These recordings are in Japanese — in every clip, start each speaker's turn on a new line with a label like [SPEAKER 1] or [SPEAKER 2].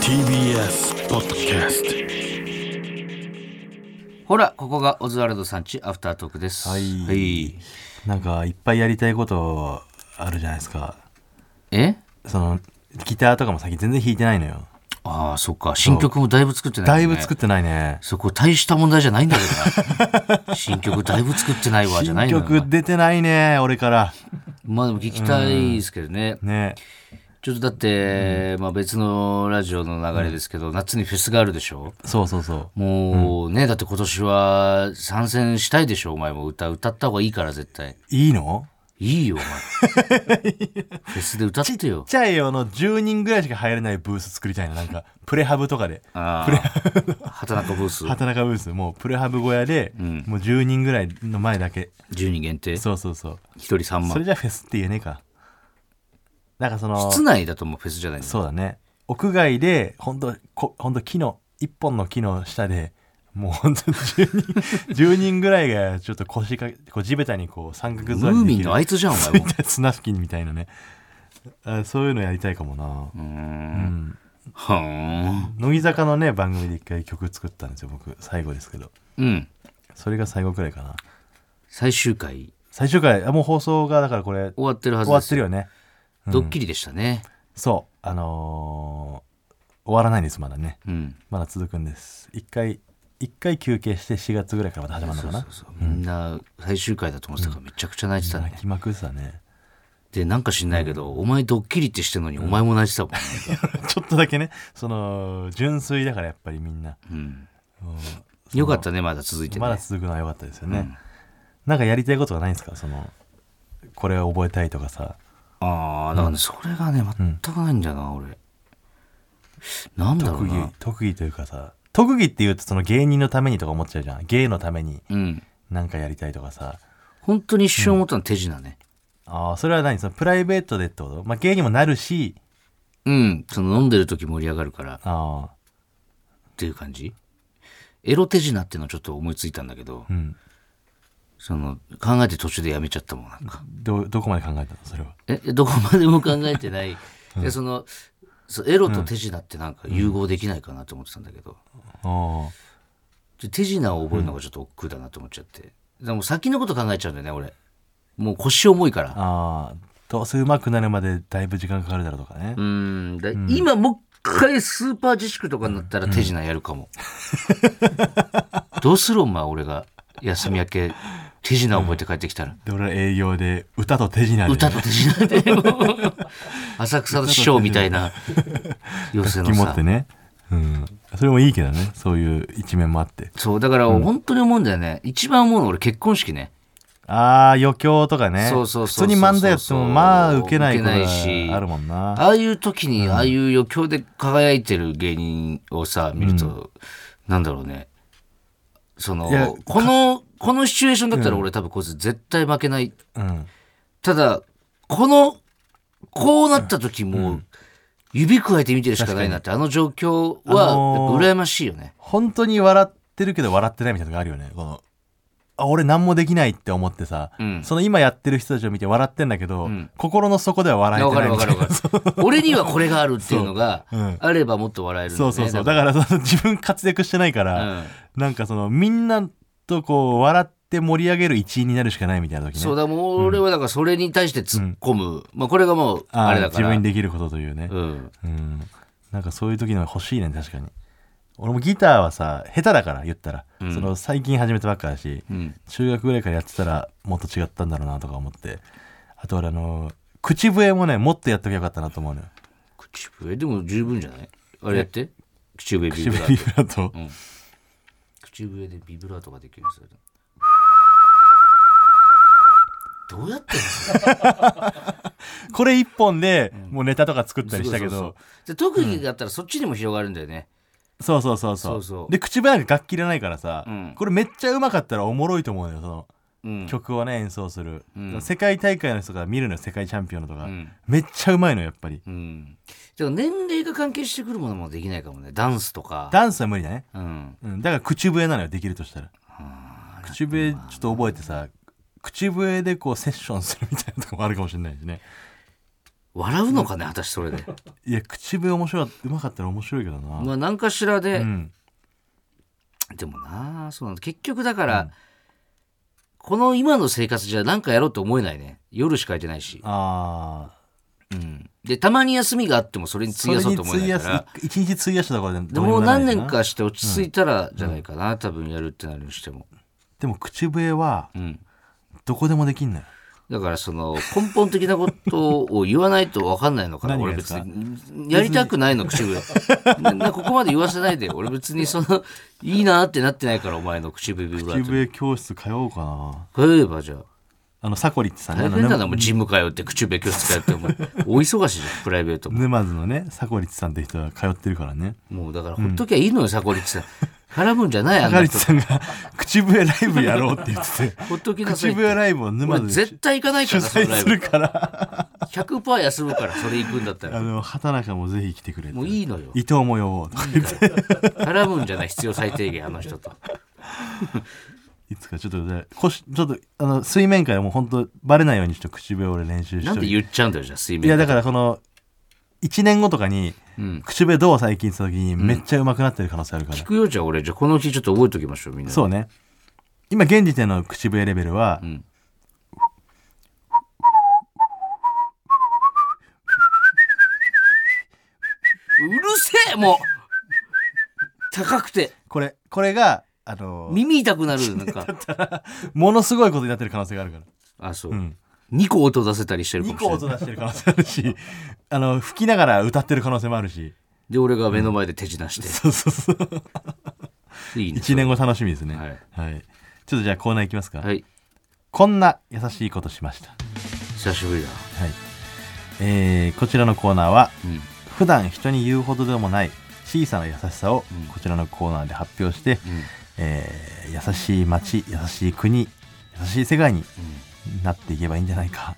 [SPEAKER 1] TBS ポッドキャスト
[SPEAKER 2] ほら、ここがオズワルドさんちアフタートークです。
[SPEAKER 3] はいなんかいっぱいやりたいことあるじゃないですか
[SPEAKER 2] え
[SPEAKER 3] そのギターとかも最近全然弾いてないのよ
[SPEAKER 2] ああ、そっか。新曲もだいぶ作ってない、
[SPEAKER 3] だ
[SPEAKER 2] ね。
[SPEAKER 3] いぶ作ってないね
[SPEAKER 2] そこ大した問題じゃないんだけ どな。新曲だいぶ作ってないわ、じゃない
[SPEAKER 3] 新
[SPEAKER 2] のよな。
[SPEAKER 3] 曲出てないね俺から
[SPEAKER 2] まあでも聞きたいですけどね。
[SPEAKER 3] ね
[SPEAKER 2] ちょっとだって、まあ別のラジオの流れですけど、夏にフェスがあるでしょ
[SPEAKER 3] そうそうそ
[SPEAKER 2] もうね、だって今年は参戦したいでしょお前も歌、歌った方がいいから絶対。
[SPEAKER 3] ういいの
[SPEAKER 2] いいよ、お前。 フェスで歌ってよ
[SPEAKER 3] ちっ。ちゃいよの10人ぐらいしか入れないブース作りたいななんかプレハブとかで
[SPEAKER 2] ああ。畑中ブース。
[SPEAKER 3] 畑中ブースもうプレハブ小屋で、もう10人ぐらいの前だけ
[SPEAKER 2] 10人限定。1
[SPEAKER 3] そうそうそう
[SPEAKER 2] 人3
[SPEAKER 3] それ
[SPEAKER 2] 万。
[SPEAKER 3] じゃフェスって言えねえかなんかその
[SPEAKER 2] 室内だともうフェスじゃないんだ
[SPEAKER 3] そうだね屋外で本当こ本当木の一本の木の下でもう本当に10人 10人ぐらいがちょっと腰かこう地べたにこう三角座り
[SPEAKER 2] ムー
[SPEAKER 3] で
[SPEAKER 2] ミ
[SPEAKER 3] き
[SPEAKER 2] ン
[SPEAKER 3] る
[SPEAKER 2] のあいつじゃん、お前 も。
[SPEAKER 3] 砂付近みたいなねあそういうのやりたいかもな、
[SPEAKER 2] うーん。は
[SPEAKER 3] 乃木坂のね番組で一回曲作ったんですよ僕最後ですけど
[SPEAKER 2] ーん。うん。
[SPEAKER 3] それが最後くらいかな
[SPEAKER 2] 最終回
[SPEAKER 3] 最終回あもう放送がだからこれ
[SPEAKER 2] 終わってるはず
[SPEAKER 3] 終わ
[SPEAKER 2] で
[SPEAKER 3] っ
[SPEAKER 2] す
[SPEAKER 3] てるよね
[SPEAKER 2] ドッキリでしたね。
[SPEAKER 3] そうあのー終わらないんですまだね
[SPEAKER 2] うん。
[SPEAKER 3] まだ続くんです一回一回休憩して4月ぐらいからまた始まるのかな
[SPEAKER 2] そうそうみんな最終回だと思ってたからめちゃくちゃ泣いてたね
[SPEAKER 3] 泣。きまくってたね
[SPEAKER 2] で、なんか知んないけど、お前ドッキリってしてんのにお前も泣いてたもん。
[SPEAKER 3] ちょっとだけねその純粋だからやっぱりみんな、
[SPEAKER 2] うん。
[SPEAKER 3] うん
[SPEAKER 2] よかったね、まだ続いてね。
[SPEAKER 3] まだ続くのは良かったですよね、なんかやりたいことがないんですかそのこれを覚えたいとかさ
[SPEAKER 2] ああ、だからね、それがね、全くないんだよな、俺。なんだろう
[SPEAKER 3] 特技
[SPEAKER 2] な。
[SPEAKER 3] 特技というかさ特技っていうとその芸人のためにとか思っちゃうじゃん芸のために
[SPEAKER 2] うん。
[SPEAKER 3] なんかやりたいとかさ
[SPEAKER 2] 本当に一瞬思ったの手品ね。
[SPEAKER 3] あーそれは何そのプライベートでってこと、まあ、芸にもなるし
[SPEAKER 2] うん。その飲んでる時盛り上がるからっ
[SPEAKER 3] あ
[SPEAKER 2] ていう感じ。エロ手品っていうのをちょっと思いついたんだけど
[SPEAKER 3] ー、うん
[SPEAKER 2] その、考えて途中でやめちゃったもん、なんか。
[SPEAKER 3] どどこまで考えたのそれは
[SPEAKER 2] え、どこまでも考えてない。で、その、そうエロと手品ってなんか融合できないかなと思ってたんだけど、
[SPEAKER 3] あー
[SPEAKER 2] で手品を覚えるのがちょっと億劫だなと思っちゃって。でも先のこと考えちゃうんだよね、俺。もう腰重いから。
[SPEAKER 3] ああどうせうまくなるまでだいぶ時間かかるだろうとかね
[SPEAKER 2] う、ーんだ今もう一回スーパー自粛とかになったら手品やるかも。どうするお前俺が休み明け手品覚えて帰ってきたら。
[SPEAKER 3] で俺ら営業で歌と手品で
[SPEAKER 2] 歌と手品で浅草の師匠みたいな寄せ
[SPEAKER 3] 気
[SPEAKER 2] の
[SPEAKER 3] 持っ
[SPEAKER 2] さ
[SPEAKER 3] て。ね、うん、それもいいけどねそういう一面もあって
[SPEAKER 2] そうだから本当に思うんだよね。一番思うの俺結婚式ね。
[SPEAKER 3] ああ余興とかね
[SPEAKER 2] そうそうそうそう
[SPEAKER 3] 普通に漫才やってもまあ受けないこと
[SPEAKER 2] 受けないし
[SPEAKER 3] があるもんな
[SPEAKER 2] ああいう時にああいう余興で輝いてる芸人をさ見ると、なんだろうねそ
[SPEAKER 3] いや
[SPEAKER 2] のこのこのシチュエーションだったら俺多分こいつ絶対負けない
[SPEAKER 3] うん、
[SPEAKER 2] ただこのこうなった時もう指くわえて見てるしかないなってあの状況は
[SPEAKER 3] あのー
[SPEAKER 2] やっぱ羨ましいよね、
[SPEAKER 3] 本当に笑ってるけど笑ってないみたいなのがあるよねこのあ俺何もできないって思ってさ、
[SPEAKER 2] うん
[SPEAKER 3] その今やってる人たちを見て笑ってんだけど、
[SPEAKER 2] ん
[SPEAKER 3] 心の底では笑え
[SPEAKER 2] わ
[SPEAKER 3] て
[SPEAKER 2] か
[SPEAKER 3] ない
[SPEAKER 2] るわ
[SPEAKER 3] みた
[SPEAKER 2] か
[SPEAKER 3] い
[SPEAKER 2] る
[SPEAKER 3] な
[SPEAKER 2] わかる 俺にはこれがあるっていうのが
[SPEAKER 3] そううん
[SPEAKER 2] あればもっと笑えるんだ
[SPEAKER 3] そ
[SPEAKER 2] よ
[SPEAKER 3] う
[SPEAKER 2] ね
[SPEAKER 3] そうそうだからその自分活躍してないから、なんかそのみんなとこう笑って盛り上げる一員になるしかないみたいな時ね
[SPEAKER 2] そうだもう俺はだからそれに対して突っ込む、まあこれがもう
[SPEAKER 3] あー
[SPEAKER 2] あれだから
[SPEAKER 3] 自分にできることというね
[SPEAKER 2] うん
[SPEAKER 3] うん、なんかそういう時の欲しいね確かに俺もギターはさ下手だから言ったら、
[SPEAKER 2] うん
[SPEAKER 3] その最近始めたばっかだし、
[SPEAKER 2] うん
[SPEAKER 3] 中学ぐらいからやってたらもっと違ったんだろうなとか思ってあと俺あの口笛もねもっとやっときゃよかったなと思うのよ
[SPEAKER 2] 口笛でも十分じゃないあれやって口笛ビ
[SPEAKER 3] 口
[SPEAKER 2] ブ
[SPEAKER 3] 笛
[SPEAKER 2] ラー
[SPEAKER 3] ビ
[SPEAKER 2] ト
[SPEAKER 3] ブラート
[SPEAKER 2] 口笛でビブラートができるそれどうやってんの
[SPEAKER 3] これ一本でもうネタとか作ったりしたけど、
[SPEAKER 2] そうそうそうで特技だったらそっちにも広がるんだよね、
[SPEAKER 3] そうそうそうそう
[SPEAKER 2] そうそう
[SPEAKER 3] で口笛なんか楽器いらないからさ、
[SPEAKER 2] うん
[SPEAKER 3] これめっちゃうまかったらおもろいと思うのよその
[SPEAKER 2] うん
[SPEAKER 3] 曲をね演奏する、
[SPEAKER 2] うん
[SPEAKER 3] 世界大会の人が見るのよ世界チャンピオンのとか、
[SPEAKER 2] うん
[SPEAKER 3] めっちゃうまいのよやっぱり
[SPEAKER 2] うんでも年齢が関係してくるものもできないかもねダンスとか
[SPEAKER 3] ダンスは無理だね、
[SPEAKER 2] うん
[SPEAKER 3] うん、だから口笛なのよできるとしたら口笛ちょっと覚えてさ口笛でこうセッションするみたいなとかもあるかもしれないしね
[SPEAKER 2] 笑うのかね果たしてそれで
[SPEAKER 3] いや口笛面白い上手かったら面白いけどな、
[SPEAKER 2] まあ何かしらで、
[SPEAKER 3] うん
[SPEAKER 2] でもなあそうなんだ結局だから、この今の生活じゃ何かやろうと思えないね夜しか空いてないし、
[SPEAKER 3] ああ
[SPEAKER 2] うん、でたまに休みがあってもそれに
[SPEAKER 3] そ
[SPEAKER 2] 費
[SPEAKER 3] れ
[SPEAKER 2] や
[SPEAKER 3] に
[SPEAKER 2] そうと思え
[SPEAKER 3] 費
[SPEAKER 2] な
[SPEAKER 3] や
[SPEAKER 2] い
[SPEAKER 3] す
[SPEAKER 2] から
[SPEAKER 3] 一日費やしたところでど
[SPEAKER 2] で
[SPEAKER 3] に
[SPEAKER 2] もう
[SPEAKER 3] なら
[SPEAKER 2] 何
[SPEAKER 3] ない
[SPEAKER 2] 年
[SPEAKER 3] な
[SPEAKER 2] かして落ち着いたらじゃないかな、多分やるってなるにしても、
[SPEAKER 3] でも口笛は
[SPEAKER 2] うん、
[SPEAKER 3] どこでもできんのよ
[SPEAKER 2] だからその根本的なことを言わないと分かんないのかな
[SPEAKER 3] 何が
[SPEAKER 2] 俺
[SPEAKER 3] です
[SPEAKER 2] 別
[SPEAKER 3] か
[SPEAKER 2] にやりたくないの口笛 ななここまで言わせないで俺別にそのいいなってなってないからお前の口笛ビブラ
[SPEAKER 3] 口
[SPEAKER 2] ート
[SPEAKER 3] 笛教室通おうかな
[SPEAKER 2] 例えばじゃあ
[SPEAKER 3] あのサコリってさんね
[SPEAKER 2] 大
[SPEAKER 3] あの
[SPEAKER 2] 変だな、
[SPEAKER 3] 沼
[SPEAKER 2] もうジム通って、口笛教室通って、お前、お忙しいじゃん、プライベートも。
[SPEAKER 3] 沼津のねサコリってさんって人が通ってるからね
[SPEAKER 2] もうだから、ほっときゃいいのよ、サコリッチさん。絡むんじゃない、
[SPEAKER 3] サ
[SPEAKER 2] あん
[SPEAKER 3] コ
[SPEAKER 2] な
[SPEAKER 3] リって
[SPEAKER 2] 人。
[SPEAKER 3] さんが口笛ライブやろうって言って て
[SPEAKER 2] ほっときなさ
[SPEAKER 3] 口
[SPEAKER 2] いって。
[SPEAKER 3] 笛ライブを沼
[SPEAKER 2] 俺
[SPEAKER 3] 津で
[SPEAKER 2] 絶対行かないか
[SPEAKER 3] 主
[SPEAKER 2] ら、その
[SPEAKER 3] 催
[SPEAKER 2] ライ
[SPEAKER 3] す
[SPEAKER 2] ブ
[SPEAKER 3] る。から
[SPEAKER 2] 100%休むから、それ行くんだった
[SPEAKER 3] あ
[SPEAKER 2] ら。
[SPEAKER 3] の畑中もぜひ来てくれ
[SPEAKER 2] もう
[SPEAKER 3] て
[SPEAKER 2] いいのよ。
[SPEAKER 3] 伊藤も呼ぼうとか言って
[SPEAKER 2] 絡むんじゃない、必要最低限、あ の人と。
[SPEAKER 3] いつかちょっとね腰ちょっとあの水面下でもう本当バレないようにちょっと口笛俺練習し
[SPEAKER 2] なん
[SPEAKER 3] と
[SPEAKER 2] で
[SPEAKER 3] いて
[SPEAKER 2] 言っちゃうんだよ、じゃあ、水
[SPEAKER 3] い
[SPEAKER 2] 面
[SPEAKER 3] や
[SPEAKER 2] 下
[SPEAKER 3] だからこの1年後とかに
[SPEAKER 2] うん。
[SPEAKER 3] 口笛どう最近って言った時にめっちゃ上手くなってる可能性あるから、
[SPEAKER 2] 聞くよ、じゃあ俺、じゃあこのうちちょっと覚えておきましょう、みんな。
[SPEAKER 3] そうね今現時点の口笛レベルは、
[SPEAKER 2] うんうるせえ、もう高くて、
[SPEAKER 3] これこれがあの
[SPEAKER 2] 耳痛くなる、なん か。
[SPEAKER 3] ものすごいことになってる可能性があるから、
[SPEAKER 2] あ、そう
[SPEAKER 3] う。ん、
[SPEAKER 2] 2個音出せたりしてるか
[SPEAKER 3] 2
[SPEAKER 2] もしれ
[SPEAKER 3] 個
[SPEAKER 2] ない
[SPEAKER 3] 音出してる可能性あるし あの吹きながら歌ってる可能性もあるし
[SPEAKER 2] で俺が目の前で手品して、
[SPEAKER 3] そうそうそう
[SPEAKER 2] いいね
[SPEAKER 3] 1年後楽しみですね
[SPEAKER 2] はい、
[SPEAKER 3] はい、ちょっとじゃあコーナーいきますか、
[SPEAKER 2] はい
[SPEAKER 3] こんな優しいことしました
[SPEAKER 2] 久しぶりだ、
[SPEAKER 3] はいえーこちらのコーナーは
[SPEAKER 2] うん、
[SPEAKER 3] 普段人に言うほどでもない小さな優しさを
[SPEAKER 2] うん
[SPEAKER 3] こちらのコーナーで発表して、えー優しい街優しい国優しい世界になっていけばいいんじゃないか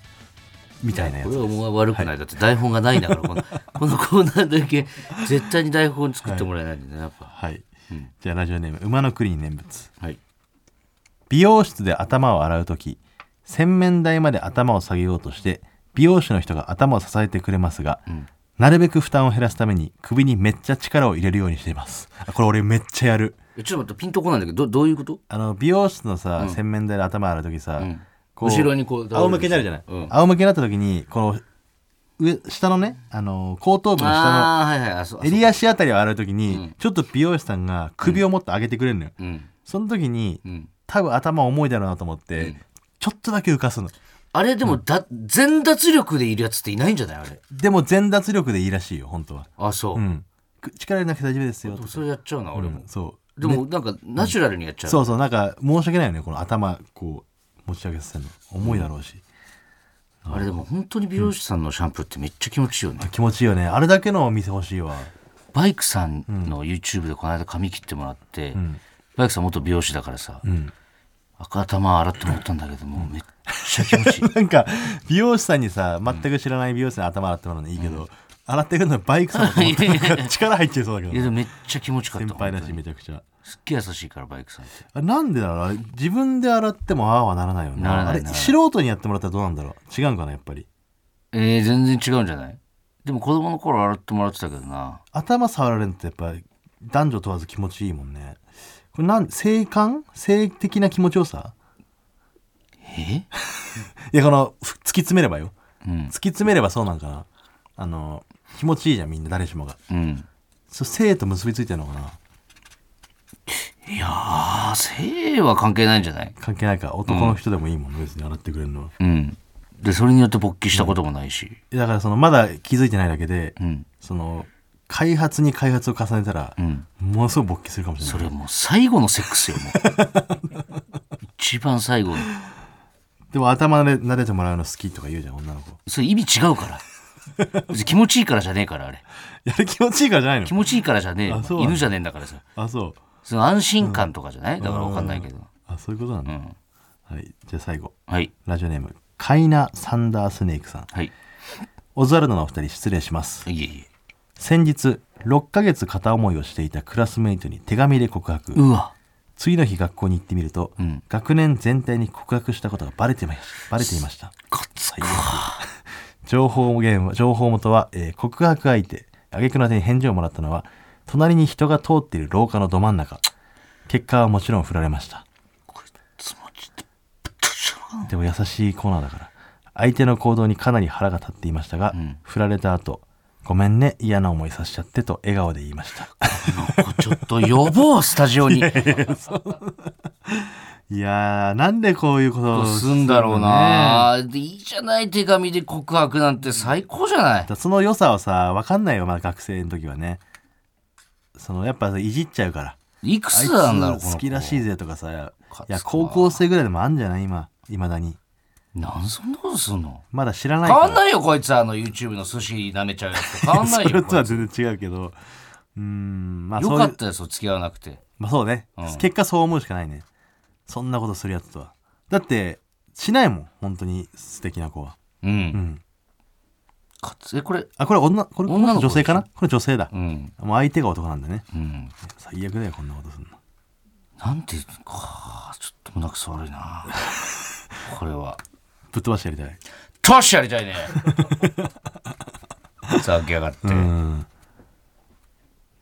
[SPEAKER 3] みたいなや
[SPEAKER 2] こ
[SPEAKER 3] つ
[SPEAKER 2] れはもう悪くない、だって台本がないんだからこ のこのコーナーだけ絶対に台本作ってもらえないんだねやっぱ、
[SPEAKER 3] はい
[SPEAKER 2] うん
[SPEAKER 3] じゃあラジオネーム馬の国に念仏
[SPEAKER 2] はい、
[SPEAKER 3] 美容室で頭を洗う時洗面台まで頭を下げようとして美容師の人が頭を支えてくれますが、
[SPEAKER 2] うん、
[SPEAKER 3] なるべく負担を減らすために首にめっちゃ力を入れるようにしていますあこれ俺めっちゃやる
[SPEAKER 2] えちょっと待ってピンとこないんだけどどどういうこと
[SPEAKER 3] あの美容室のさ、
[SPEAKER 2] ん
[SPEAKER 3] 洗面台で頭洗う時さ、
[SPEAKER 2] ん
[SPEAKER 3] こう
[SPEAKER 2] 後ろにこう倒れる
[SPEAKER 3] 仰向けになるじゃない、
[SPEAKER 2] うん
[SPEAKER 3] 仰向けになった時にこの上下のねあの後頭部の下
[SPEAKER 2] ああはいはいあそう
[SPEAKER 3] の襟足あたりを洗う時に、
[SPEAKER 2] うん
[SPEAKER 3] ちょっと美容師さんが首をもっと上げてくれるのよ、
[SPEAKER 2] うん
[SPEAKER 3] その時に
[SPEAKER 2] うん
[SPEAKER 3] 多分頭重いだろうなと思って、
[SPEAKER 2] うん
[SPEAKER 3] ちょっとだけ浮かすの
[SPEAKER 2] あれでもだ全脱力でいるやつっていないんじゃないあれ
[SPEAKER 3] でも全脱力でいいらしいよ本当は
[SPEAKER 2] あそう、
[SPEAKER 3] うんく力入れなくて大丈夫ですよ
[SPEAKER 2] でもそれやっちゃうな俺も、
[SPEAKER 3] うんそう
[SPEAKER 2] でもなんかナチュラルにやっちゃう、
[SPEAKER 3] そうそうなんか申し訳ないよねこの頭こう持ち上げさせるの重いだろうし、
[SPEAKER 2] あれでも本当に美容師さんのシャンプーってめっちゃ気持ちいいよね、
[SPEAKER 3] 気持ちいいよねあれだけのお店欲しいわ
[SPEAKER 2] バイクさんの YouTube でこの間髪切ってもらって、
[SPEAKER 3] ん
[SPEAKER 2] バイクさん元美容師だからさ、
[SPEAKER 3] ん
[SPEAKER 2] 赤頭洗ってもらったんだけどもうめっちゃ気 持ちいい
[SPEAKER 3] なんか美容師さんにさ全く知らない美容師さんに頭洗ってもらうのいいけど、洗ってくるのはバイクさん だと思ってなんか力入っちゃいそうだ
[SPEAKER 2] い
[SPEAKER 3] け
[SPEAKER 2] や
[SPEAKER 3] ど
[SPEAKER 2] でもめっちゃ気持ちよかっ
[SPEAKER 3] 先
[SPEAKER 2] た
[SPEAKER 3] 輩だ
[SPEAKER 2] 本
[SPEAKER 3] し
[SPEAKER 2] 当に
[SPEAKER 3] めちゃくちゃ
[SPEAKER 2] すっげえ優しいからバイクさんって
[SPEAKER 3] あなんでだろうあれ自分で洗ってもああはならないよね
[SPEAKER 2] ならない
[SPEAKER 3] あ
[SPEAKER 2] ならな
[SPEAKER 3] れ
[SPEAKER 2] い
[SPEAKER 3] 素人にやってもらったらどうなんだろう違うんかなやっぱり
[SPEAKER 2] えー、全然違うんじゃないでも子供の頃洗ってもらってたけどな
[SPEAKER 3] 頭触られるのってやっぱり男女問わず気持ちいいもんねこれなん性感性的な気持ちよさ
[SPEAKER 2] え
[SPEAKER 3] いやこのふ突き詰めればよ
[SPEAKER 2] うん
[SPEAKER 3] 突き詰めればそうなんかなあの気持ちいいじゃんみんな誰しもが
[SPEAKER 2] うん
[SPEAKER 3] そう性と結びついてるのかない
[SPEAKER 2] やー性は関係ないんじゃない
[SPEAKER 3] 関係ないから男の人でもいいもん、別に洗ってくれるのは
[SPEAKER 2] うんでそれによって勃起したこともないし
[SPEAKER 3] だからそのまだ気づいてないだけで、
[SPEAKER 2] うん
[SPEAKER 3] その開発に開発を重ねたら
[SPEAKER 2] う、ん
[SPEAKER 3] ものすごい勃起するかもしれない
[SPEAKER 2] それもう最後のセックスよ、もう。 一番最後の。
[SPEAKER 3] でも頭で撫でてもらうの好きとか言うじゃん女の子
[SPEAKER 2] それ意味違うから。別に気持ちいいからじゃねえから、あれ。
[SPEAKER 3] いやれ気持ちいいからじゃないの
[SPEAKER 2] 気持ちいいからじゃねえよ
[SPEAKER 3] あそうなんだ
[SPEAKER 2] 犬じゃねえんだからさ。
[SPEAKER 3] あそう
[SPEAKER 2] その安心感とかじゃない、だからわかんないけど。
[SPEAKER 3] あそういうことなん
[SPEAKER 2] う
[SPEAKER 3] だ、
[SPEAKER 2] ん。
[SPEAKER 3] はいじゃあ最後
[SPEAKER 2] はい。
[SPEAKER 3] ラジオネームカイナ・サンダースネークさん
[SPEAKER 2] はい。
[SPEAKER 3] オズワルドのお二人失礼します
[SPEAKER 2] いえいえ。
[SPEAKER 3] 先日6ヶ月片思いをしていたクラスメイトに手紙で告白、
[SPEAKER 2] うわ。
[SPEAKER 3] 次の日学校に行ってみると、
[SPEAKER 2] うん
[SPEAKER 3] 学年全体に告白したことがバレてまバレていました
[SPEAKER 2] かつ
[SPEAKER 3] 最悪情報源は情報元は、えー告白相手挙句の手に返事をもらったのは隣に人が通っている廊下のど真ん中結果はもちろん振られました
[SPEAKER 2] つまちってぶっとしょ
[SPEAKER 3] でも優しいコーナーだから相手の行動にかなり腹が立っていましたが、
[SPEAKER 2] うん
[SPEAKER 3] 振られた後ごめんね嫌な思いさせちゃってと笑顔で言いました
[SPEAKER 2] ちょっと呼ぼうスタジオ に
[SPEAKER 3] いやーなんでこういうことを
[SPEAKER 2] すんだろう
[SPEAKER 3] ね
[SPEAKER 2] な、でいいじゃない手紙で告白なんて最高じゃない
[SPEAKER 3] だその良さはさ分かんないよまだ学生の時はねそのやっぱいじっちゃうから
[SPEAKER 2] いく
[SPEAKER 3] あい
[SPEAKER 2] つなんだろう
[SPEAKER 3] つ
[SPEAKER 2] この子
[SPEAKER 3] 好きらしいぜとかさい
[SPEAKER 2] 勝つな
[SPEAKER 3] や高校生ぐらいでもあんじゃない今いまだに
[SPEAKER 2] なんでそんなことすんの
[SPEAKER 3] まだ知らない
[SPEAKER 2] 変
[SPEAKER 3] から
[SPEAKER 2] わんないよこいつあの YouTube の寿司舐めちゃうやつと変わんない
[SPEAKER 3] それ
[SPEAKER 2] よ
[SPEAKER 3] とは
[SPEAKER 2] こ
[SPEAKER 3] 全然違うけどうーんまあ
[SPEAKER 2] いつよ
[SPEAKER 3] そうい
[SPEAKER 2] か
[SPEAKER 3] う
[SPEAKER 2] ったですよ付き合わなくて
[SPEAKER 3] まあそうね、
[SPEAKER 2] うん
[SPEAKER 3] 結果そう思うしかないねそんなことするやつとはだってしないもん本当に素敵な子は
[SPEAKER 2] うん、
[SPEAKER 3] うん
[SPEAKER 2] かつえこれ
[SPEAKER 3] あこれ女これ
[SPEAKER 2] 女の子
[SPEAKER 3] 女性かなこれ女性だ
[SPEAKER 2] う、ん
[SPEAKER 3] もう相手が男なんだね
[SPEAKER 2] うん
[SPEAKER 3] 最悪だよこんなことすんの
[SPEAKER 2] なんていうのかちょっと胸くそ悪 いなこれは
[SPEAKER 3] ぶっ飛ばしてやりたい
[SPEAKER 2] トッシュやりたいね ざけやがって、
[SPEAKER 3] うん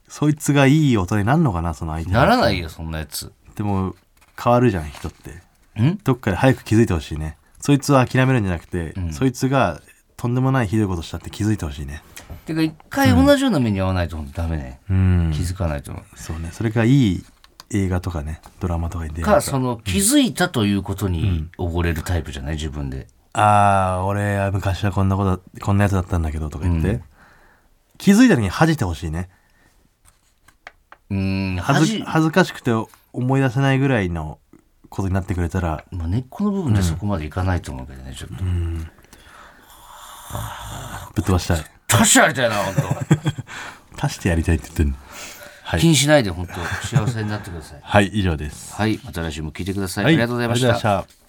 [SPEAKER 3] そいつがいい大人になんのかなその相手
[SPEAKER 2] ならないよそんなやつ
[SPEAKER 3] でも変わるじゃん人って
[SPEAKER 2] ん
[SPEAKER 3] どっかで早く気づいてほしいねそいつは諦めるんじゃなくて、
[SPEAKER 2] ん
[SPEAKER 3] そいつがとんでもないひどいことしたって気づいてほしいね
[SPEAKER 2] てか一回同じような目に遭わないとダメね、
[SPEAKER 3] うん
[SPEAKER 2] 気づかないと思う、
[SPEAKER 3] そうねそれがいい映画とかねドラマとかに出会えたら
[SPEAKER 2] かその気づいたということに溺れるタイプじゃない自分で
[SPEAKER 3] ああ俺は昔はこんなことこんなやつだったんだけどとか言って、気づいた時に恥じてほしいね
[SPEAKER 2] うん
[SPEAKER 3] 恥ず
[SPEAKER 2] 恥
[SPEAKER 3] 恥ずかしくて思い出せないぐらいのことになってくれたら
[SPEAKER 2] まあ、根っこの部分でそこまでいかないと思うけどね、ちょっと。
[SPEAKER 3] ぶっ飛ばしたい
[SPEAKER 2] 確かやりたいな、本
[SPEAKER 3] 足してやりたいって言ってる
[SPEAKER 2] 当。気にしないで、本当、幸せになってください。
[SPEAKER 3] はい以上です
[SPEAKER 2] はい、また来週も聞いてください。
[SPEAKER 3] は
[SPEAKER 2] ありがとうございました。
[SPEAKER 3] ありがとうございました